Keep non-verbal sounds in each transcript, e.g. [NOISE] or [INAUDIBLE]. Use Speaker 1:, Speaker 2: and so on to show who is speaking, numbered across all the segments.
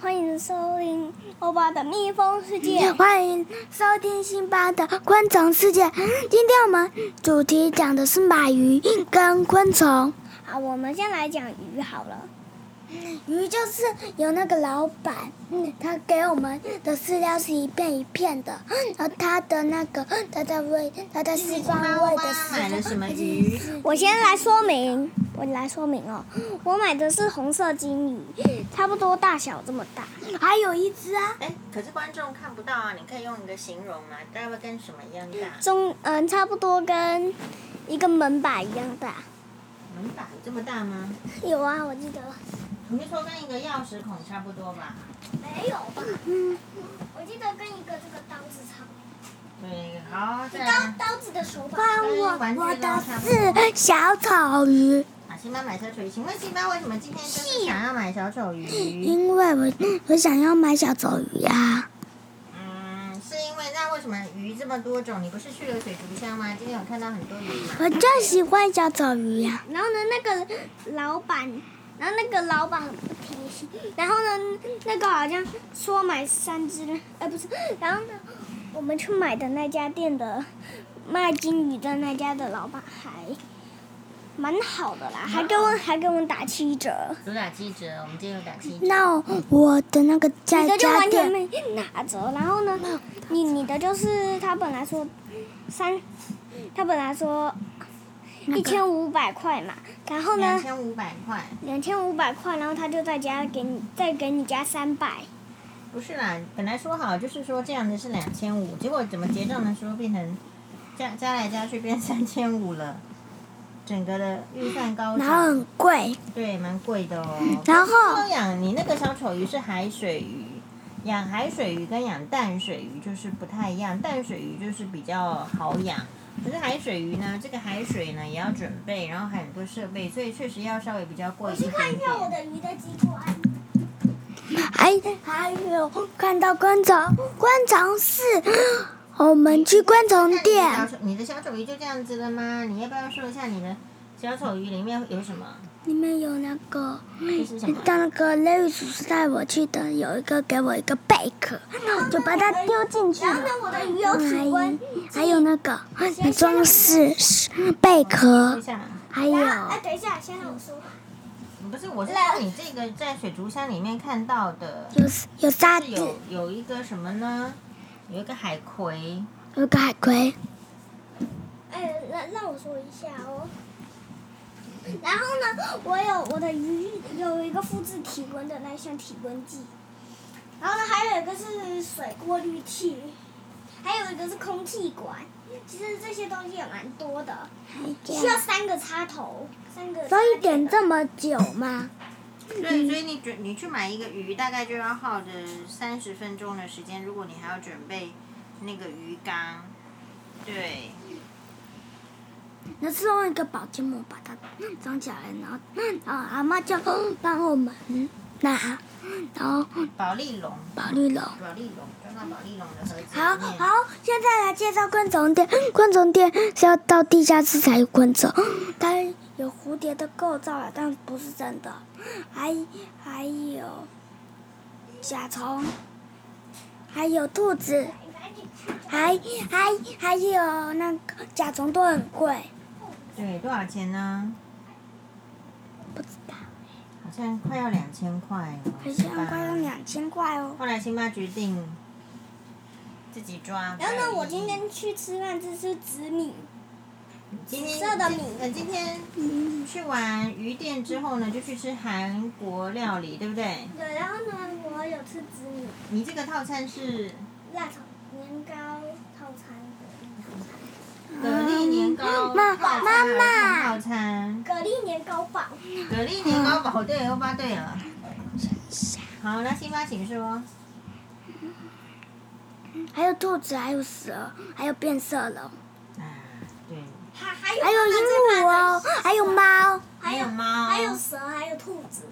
Speaker 1: 欢迎收听欧巴的蜜蜂世界。
Speaker 2: 欢迎收听辛巴的昆虫世界。今天我们主题讲的是马鱼跟昆虫。
Speaker 1: 好，我们先来讲鱼好了。
Speaker 2: 鱼就是有那个老板，嗯他给我们的饲料是一片一片的，而他的那个他在喂他在释放喂的
Speaker 3: 买了
Speaker 2: 时
Speaker 3: 什
Speaker 2: 候，
Speaker 3: 么鱼？
Speaker 1: 我先来说明，我来说明哦，我买的是红色金鱼，差不多大小这么大。
Speaker 2: 还有一只啊，
Speaker 3: 哎，可是观众看不到啊，你可以用一个形容啊，大概跟什么一样大？
Speaker 1: 中嗯，差不多跟一个门把一样大。
Speaker 3: 门把有这么大吗？
Speaker 1: 有啊，我记得。
Speaker 3: 你是说跟一个钥匙孔差不多吧？
Speaker 1: 没有吧？我记得跟一个这个刀子差不
Speaker 3: 对，好，再来。
Speaker 1: 刀子的手把。
Speaker 2: 换我
Speaker 3: 跟玩具
Speaker 2: 我的
Speaker 3: 都差不多。
Speaker 2: 是小丑鱼，
Speaker 3: 啊，辛巴买小丑鱼，请问辛巴为什么今天就是想要买小丑鱼？
Speaker 2: 因为我我想要买小丑鱼啊。
Speaker 3: 嗯，是因为那为什么鱼这么多种？你不是去了水族箱吗？今天有看到很多鱼吗？
Speaker 2: 我就喜欢小丑鱼啊呀、
Speaker 1: 然后呢，那个老板，然后那个老板很不贴心。然后呢，那个好像说买三只，哎，不是。然后呢，我们去买的那家店的卖金鱼的那家的老板还蛮好的啦，还给我还给我们打七折。
Speaker 3: 主打七折，我们今天有打七折。
Speaker 2: 那我的那个
Speaker 1: 你
Speaker 2: 在
Speaker 1: 的就
Speaker 2: 家
Speaker 1: 完全
Speaker 2: 店，
Speaker 1: 没打折，然后呢，你你的就是他本来说三，他本来说一千五百块嘛，然后
Speaker 3: 两
Speaker 1: 呢
Speaker 3: 千五百块，
Speaker 1: 两千五百块，然后他就再加给你再给你加三百，
Speaker 3: 不是啦，本来说好就是说这样的是两千五，结果怎么结账的时候变成加加来加去变三千五了， [LAUGHS] 整个的预算高
Speaker 2: 然后
Speaker 3: 涨，
Speaker 2: 很贵，
Speaker 3: 对，蛮贵的哦。
Speaker 2: 然后
Speaker 3: 都养你那个小丑鱼是海水鱼，养海水鱼跟养淡水鱼就是不太一样，淡水鱼就是比较好养。可是海水鱼呢，这个海水呢也要准备，然后还有很多设备，所以确实要稍微比较贵一点点。
Speaker 1: 的鱼的激光。
Speaker 2: 还哎还有看到昆虫，昆虫是我们去昆虫
Speaker 3: 那
Speaker 2: 店
Speaker 3: 你的小丑你的小丑鱼就这样子了吗？你要不要说一下你的小丑鱼里面有什么？
Speaker 2: 里面有那个，
Speaker 3: 这是什么？
Speaker 2: 到那个雷雨叔叔带我去的，有一个给我一个贝壳，就把它丢进去了。
Speaker 1: 我的鱼
Speaker 2: 还还有那个装饰是贝
Speaker 3: 说
Speaker 2: 壳
Speaker 3: 一，下。
Speaker 2: 还
Speaker 1: 哎
Speaker 2: 有
Speaker 1: 等一下，先让我说。
Speaker 3: 不是，我是说你这个在水族箱里面看到的，
Speaker 2: 有有沙
Speaker 3: 是
Speaker 2: 子，
Speaker 3: 有有一个什么呢？有一个海葵，
Speaker 2: 有个海葵，
Speaker 1: 哎，让让我说一下哦。然后呢，我有我的鱼有一个复制体温的那项体温计，然后呢还有一个是水过滤器，还有一个是空气管。其实这些东西也蛮多的，需要三个插头，三个插
Speaker 2: 所
Speaker 1: 头。
Speaker 2: 以点这么久吗？
Speaker 3: 对，
Speaker 2: 嗯
Speaker 3: 所以你准你去买一个鱼，大概就要耗着三十分钟的时间，如果你还要准备那个鱼缸，对，
Speaker 2: 那是用一个保鲜膜把它装起来，然后嗯然后阿妈就帮我们拿，然后
Speaker 3: 保利龙，
Speaker 2: 保利龙。
Speaker 3: 保利龙装到保利龙的盒子里
Speaker 2: 好
Speaker 3: 面。
Speaker 2: 好，现在来介绍昆虫店。昆虫店是要到地下室才有昆虫，它有蝴蝶的构造啊，但不是真的。还还有甲虫，还有兔子，还还还有那个甲虫都很贵，
Speaker 3: 对，多少钱呢？
Speaker 2: 不知道，
Speaker 3: 好像快要两千块了。
Speaker 2: 好像快要
Speaker 3: 是吧。
Speaker 2: 两千块哦。
Speaker 3: 后来辛巴决定自己抓。
Speaker 1: 然后
Speaker 3: 不
Speaker 1: 呢，
Speaker 3: 要
Speaker 1: 我
Speaker 3: 移
Speaker 1: 今天去吃饭，这是紫米，
Speaker 3: 今天
Speaker 1: 色的米
Speaker 3: 今呃今天去完鱼店之后呢，就去吃韩国料理，对不对？
Speaker 1: 对，然后呢，我有吃紫米
Speaker 3: 你这个套餐是
Speaker 1: 辣炒年糕套餐的
Speaker 3: 蛤蜊年糕
Speaker 2: 妈
Speaker 3: 套餐啊
Speaker 2: 妈妈
Speaker 3: 还
Speaker 1: 套
Speaker 3: 是套餐，
Speaker 1: 餐，蛤蜊年糕堡。
Speaker 3: 蛤蜊年糕堡对，欧巴对了。好，那辛巴请说。啊
Speaker 2: 还有兔子，还有蛇，还有变色龙，
Speaker 3: 啊，对，
Speaker 1: 还还有
Speaker 2: 还有鹦鹉哦，还有猫。
Speaker 1: 还有
Speaker 3: 还有猫
Speaker 1: 还有蛇，还有兔子。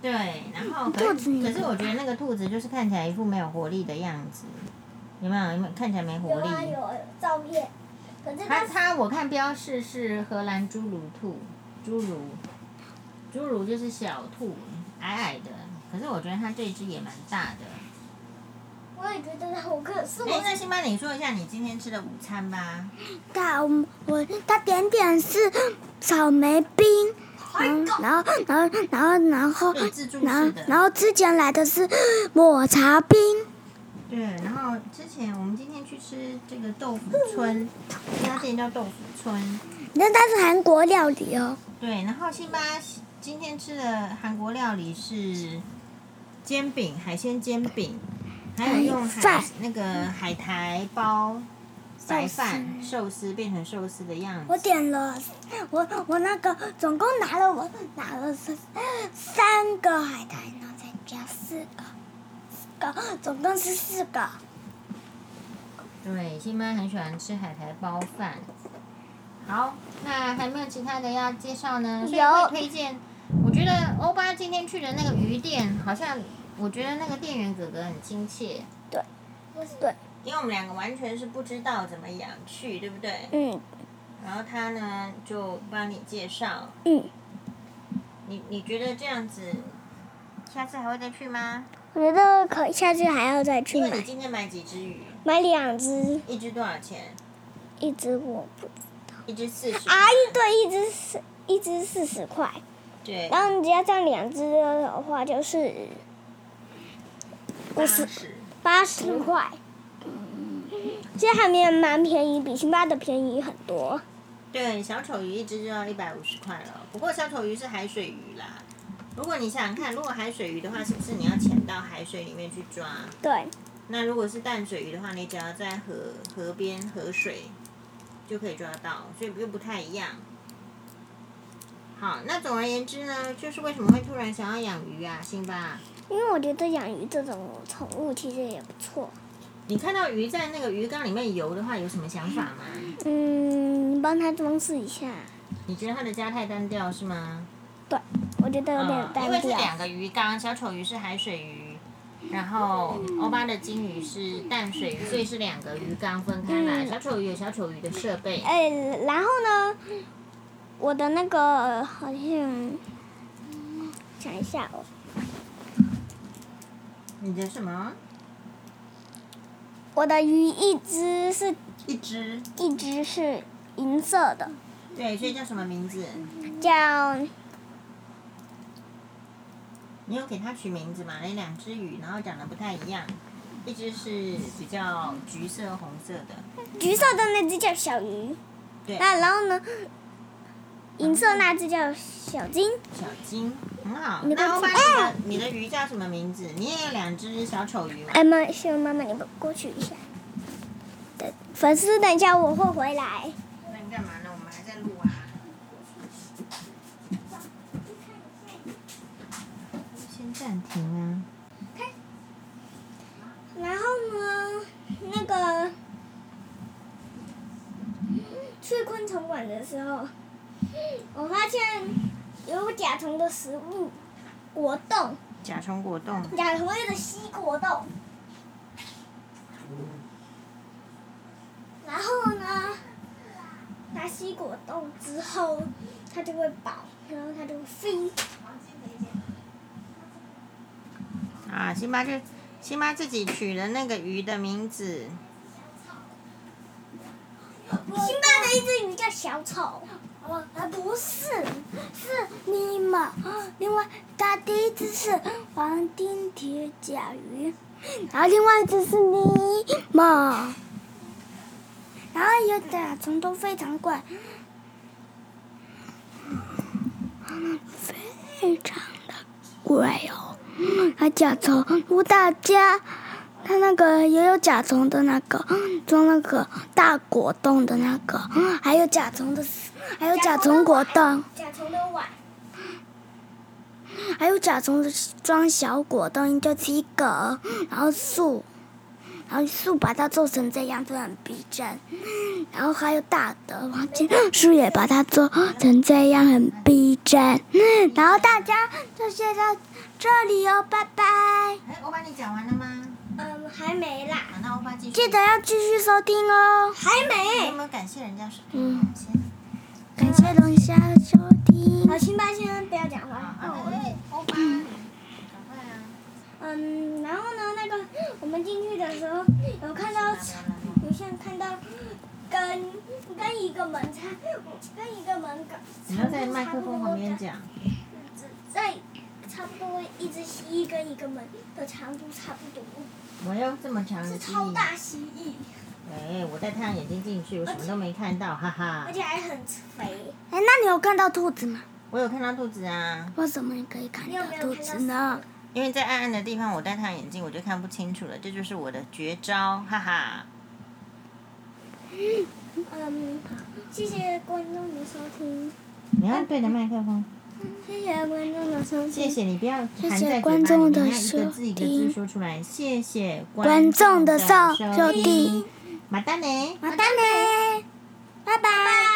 Speaker 3: 对，然后可
Speaker 2: 兔子
Speaker 3: 可是我觉得那个兔子就是看起来一副没有活力的样子，有没有？有没有看起来没
Speaker 1: 有
Speaker 3: 活
Speaker 1: 啊
Speaker 3: 力？
Speaker 1: 有照片，可是
Speaker 3: 它
Speaker 1: 它
Speaker 3: 它我看标示是荷兰侏儒兔，侏儒，侏儒就是小兔，矮矮的，可是我觉得它这只也蛮大的。
Speaker 1: 我也觉得好可是
Speaker 3: 哎，
Speaker 1: 我
Speaker 3: 那辛巴，你说一下你今天吃的午餐吧。
Speaker 2: 大我我他点点是草莓冰，嗯，然后然后然后然后
Speaker 3: 对，自助
Speaker 2: 然
Speaker 3: 式
Speaker 2: 后
Speaker 3: 的。
Speaker 2: 然后之前来的是抹茶冰，
Speaker 3: 对，然后之前我们今天去吃这个豆腐村，这家店叫豆腐村。
Speaker 2: 那它是韩国料理哦。
Speaker 3: 对，然后辛巴今天吃的韩国料理是煎饼，海鲜煎饼，还有用
Speaker 2: 海
Speaker 3: 海
Speaker 2: 饭
Speaker 3: 那个海苔包白饭寿司变成寿司的样
Speaker 2: 我
Speaker 3: 子。
Speaker 2: 点了，我我那个总共拿了我拿了三三个海苔，然后再加四个，四个总共是四个。
Speaker 3: 对，辛巴很喜欢吃海苔包饭。好，那还没有其他的要介绍呢？所以
Speaker 2: 有
Speaker 3: 会推荐。我觉得欧巴今天去的那个鱼店，好像我觉得那个店员哥哥很亲切，
Speaker 2: 对，
Speaker 3: 因为我们两个完全是不知道怎么养去，对不对？
Speaker 2: 嗯
Speaker 3: 然后他呢就帮你介绍，
Speaker 2: 嗯，
Speaker 3: 你你觉得这样子，下次还会再去吗？
Speaker 2: 我觉得可以下次还要再去
Speaker 3: 因为你今天买几只鱼，
Speaker 2: 买两只，
Speaker 3: 一只多少钱？
Speaker 2: 一只我不
Speaker 3: 一只四十。
Speaker 1: 哎
Speaker 2: 啊，一对一只四一只四十块，
Speaker 3: 对，
Speaker 2: 然后你加上两只的话就是
Speaker 3: 八十。
Speaker 2: 八十块。嗯其实还蛮蛮便宜，比辛巴的便宜很多。
Speaker 3: 对，小丑鱼一只就要一百五十块了。不过小丑鱼是海水鱼啦。如果你想想看，如果海水鱼的话，是不是你要潜到海水里面去抓？
Speaker 2: 对，
Speaker 3: 那如果是淡水鱼的话，你只要在河河边河水就可以抓到，所以又不太一样。好，那总而言之呢，就是为什么会突然想要养鱼啊，辛巴？
Speaker 2: 因为我觉得养鱼这种宠物其实也不错。
Speaker 3: 你看到鱼在那个鱼缸里面游的话，有什么想法吗？
Speaker 2: 嗯，帮它装饰一下，
Speaker 3: 你觉得它的家太单调是吗？
Speaker 2: 我觉得有点
Speaker 3: 嗯因为
Speaker 2: 单
Speaker 3: 是
Speaker 2: 调。
Speaker 3: 两个鱼缸，小丑鱼是海水鱼，然后欧巴的金鱼是淡水鱼，所以是两个鱼缸分开
Speaker 2: 嗯
Speaker 3: 来。小丑鱼有小丑鱼的设备，
Speaker 2: 哎、然后呢，我的那个好像，想一下哦，
Speaker 3: 你的什么？
Speaker 2: 我的鱼一只是
Speaker 3: 一只。
Speaker 2: 一只是银色的，
Speaker 3: 对，所以叫什么名字？
Speaker 2: 叫
Speaker 3: 你有给它取名字吗？那两只鱼，然后长得不太一样，一只是比较橘色、红色的，
Speaker 2: 橘色的那只叫小鱼，
Speaker 3: 对，
Speaker 2: 那然后呢，银色那只叫小金。
Speaker 3: 小金，很好。
Speaker 2: 你
Speaker 3: 那
Speaker 2: 看
Speaker 3: 欧巴，
Speaker 2: 哎
Speaker 3: 你的你的鱼叫什么名字？你也有两只小丑鱼吗？
Speaker 2: 哎妈，希望妈妈你们过去一下。等粉丝，等一下我会回来。
Speaker 3: 那你干嘛呢？我们还在录啊。先暂停啊
Speaker 2: 然后呢，那个去昆虫馆的时候，我发现有甲虫的食物果冻，
Speaker 3: 啊，甲虫果冻。
Speaker 2: 甲虫类的西果冻。然后呢，拿西果冻之后，它就会饱，然后它就会飞。
Speaker 3: 啊，辛巴就辛巴自己取了那个鱼的名字，
Speaker 2: 辛巴的一只鱼叫小丑。哦，不是，是尼莫。另外，它第一只是黄金铁甲鱼，然后另外一只是尼莫。然后有甲虫都非常怪，非常的怪哦。它甲虫，如果大家。它那个也有甲虫的那个，装那个大果冻的那个，还有甲虫的，还有甲虫果冻，
Speaker 1: 甲虫的碗，
Speaker 2: 还有甲虫的装小果冻，就七个，然后树，然后树把它做成这样，就很逼真。然后还有大的黄金树也把它做成这样，很逼真。然后大家就先到这里哦，拜拜。
Speaker 3: 哎，我把你讲完了吗？
Speaker 1: 嗯，还没啦，
Speaker 3: 啊，那欧巴继续。
Speaker 2: 记得要继续收听哦。
Speaker 1: 还
Speaker 3: 你有
Speaker 1: 没。
Speaker 3: 没有感谢人家什么？
Speaker 2: 嗯
Speaker 3: 先
Speaker 2: 感谢龙虾的收听。
Speaker 1: 好，辛巴先生不要讲话。
Speaker 2: 哦
Speaker 3: 啊，哎，欧巴，赶快啊！
Speaker 1: 嗯，然后呢，那个我们进去的时候有看到，有像看到跟跟一个门差，跟一个门搞，
Speaker 3: [CLEARS THROAT] 你要在麦克风旁边讲。
Speaker 1: 在差不多一只蜥蜴跟一个门的长度差不多，
Speaker 3: 我要这么长的
Speaker 1: 是
Speaker 3: 记
Speaker 1: 超
Speaker 3: 忆？
Speaker 1: 大蜥蜴，
Speaker 3: 哎，我戴太阳眼镜进去，我什么都没看到，哈哈
Speaker 1: 而。且还很肥。
Speaker 2: 哎，那你有看到兔子吗？
Speaker 3: 我有看到兔子啊，
Speaker 2: 为什么你可以看
Speaker 1: 你有
Speaker 2: 到
Speaker 1: 没有
Speaker 2: 兔
Speaker 1: 看到
Speaker 2: 子呢？
Speaker 3: 因为在暗暗的地方，我戴太阳眼镜我就看不清楚了，这就是我的绝招，哈哈。
Speaker 1: 嗯，好，谢谢观众嗯的收听，
Speaker 3: 你要对着麦克风。
Speaker 1: 谢谢观众的收听，
Speaker 3: 谢谢你，不要含
Speaker 2: 谢
Speaker 3: 在嘴巴
Speaker 2: 谢
Speaker 3: 里
Speaker 2: 观众的
Speaker 3: 你要一个字一个字
Speaker 2: 收
Speaker 3: 说出来。谢谢
Speaker 2: 观众的
Speaker 3: 收
Speaker 2: 收收听，
Speaker 3: 马丹呢？
Speaker 2: 马丹呢？拜拜。